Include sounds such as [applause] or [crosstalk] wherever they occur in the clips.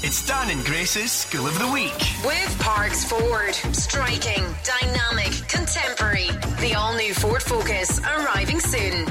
It's Dan and Grace's School of the Week. With Parks Ford. Striking, dynamic, contemporary. The all new Ford Focus arriving soon.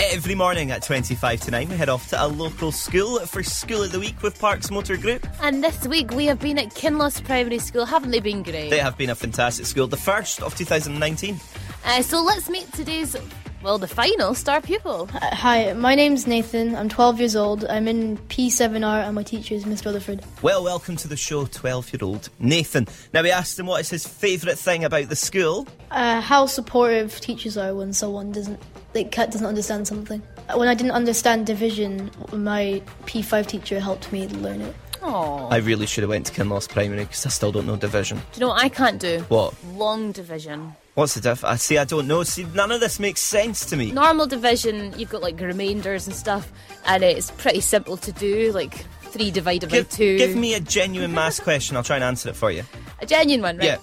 Every morning at 25 to 9, we head off to a local school for School of the Week with Parks Motor Group. And this week we have been at Kinloss Primary School. Haven't they been great? They have been a fantastic school, the first of 2019. Uh, so let's meet today's, well, the final star pupil. Hi, my name's Nathan. I'm 12 years old. I'm in P7R and my teacher is Miss Rutherford. Well, welcome to the show, 12 year old Nathan. Now, we asked him what is his favourite thing about the school. Uh, how supportive teachers are when someone doesn't like cat doesn't understand something. Uh, When I didn't understand division, my P5 teacher helped me learn it. Oh, I really should have went to Kinloss Primary because I still don't know division. do you know what I can't do? What? Long division. What's the diff? I see. I don't know. See, none of this makes sense to me. Normal division, you've got like remainders and stuff, and it's pretty simple to do, like three divided give, by two. give me a genuine maths question. I'll try and answer it for you. a genuine one, right? Yeah.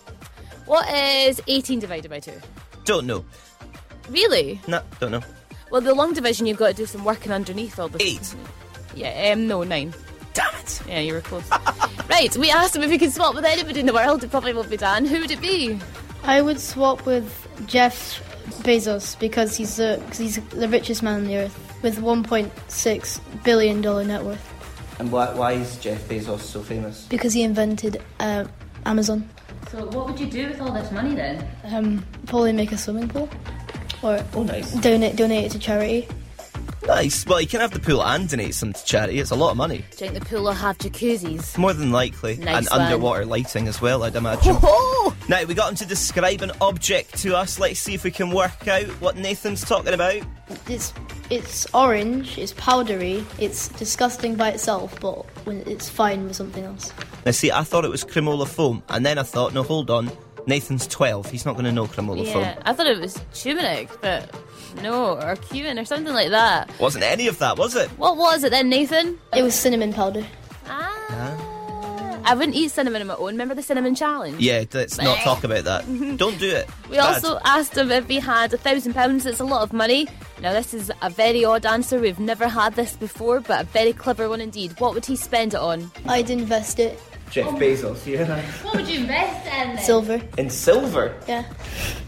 What is 18 divided by two? Don't know. Really? No, don't know. Well, the long division, you've got to do some working underneath all the Eight. Yeah, um, no, nine. Damn it. Yeah, you were close. [laughs] right, we asked him if he could swap with anybody in the world. It probably won't be Dan. Who would it be? I would swap with Jeff Bezos because he's the cause he's the richest man on the earth with 1.6 billion dollar net worth And why, why is Jeff Bezos so famous? because he invented uh, Amazon. So, what would you do with all this money then? Um, probably make a swimming pool or Oh, nice. donate donate it to charity. Nice. Well, you can have the pool and donate some to charity. It's a lot of money. Do you think the pool will have jacuzzis? More than likely. Nice and one. underwater lighting as well, I'd [laughs] imagine. Oh! now, we got him to describe an object to us. Let's see if we can work out what Nathan's talking about. It's it's orange. It's powdery. It's disgusting by itself, but when it's fine with something else. Now, see, I thought it was cremola foam, and then I thought, no, hold on. Nathan's 12. He's not going to know cremola Yeah, foam. I thought it was turmeric, but no, or cumin or something like that. Wasn't any of that, was it? What was it then, Nathan? It was cinnamon powder. Ah, I wouldn't eat cinnamon on my own. Remember the cinnamon challenge? Yeah, let's not talk about [laughs] that. Don't do it. We Bad. also asked him if he had a thousand pounds. That's a lot of money. Now, this is a very odd answer. We've never had this before, but a very clever one indeed. What would he spend it on? I'd invest it Jeff Bezos, yeah. What would you invest um, in? silver. In silver? Yeah,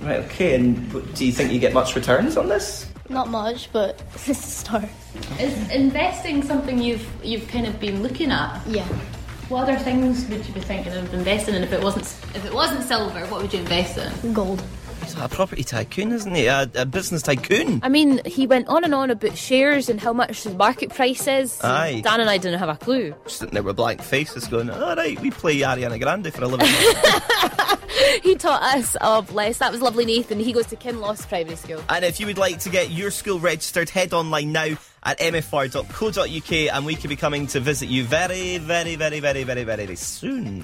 Right, okay, and w- do you think you get much returns on this? not much, but [laughs] it's a start. Is investing something you've you've kind of been looking at? Yeah, What other things would you be thinking of investing in if it wasn't if it wasn't silver? What would you invest in? gold. He's a property tycoon, isn't he? A, a business tycoon. I mean, he went on and on about shares and how much the market price is. Aye. Dan and I didn't have a clue. [laughs] Sitting there with blank faces going, all right, we play Ariana Grande for a living. He taught us. Oh, bless. That was lovely, Nathan. He goes to Kinloss Primary School. And if you would like to get your school registered, head online now at mfr.co.uk and we could be coming to visit you very, very, very, very, very, very soon.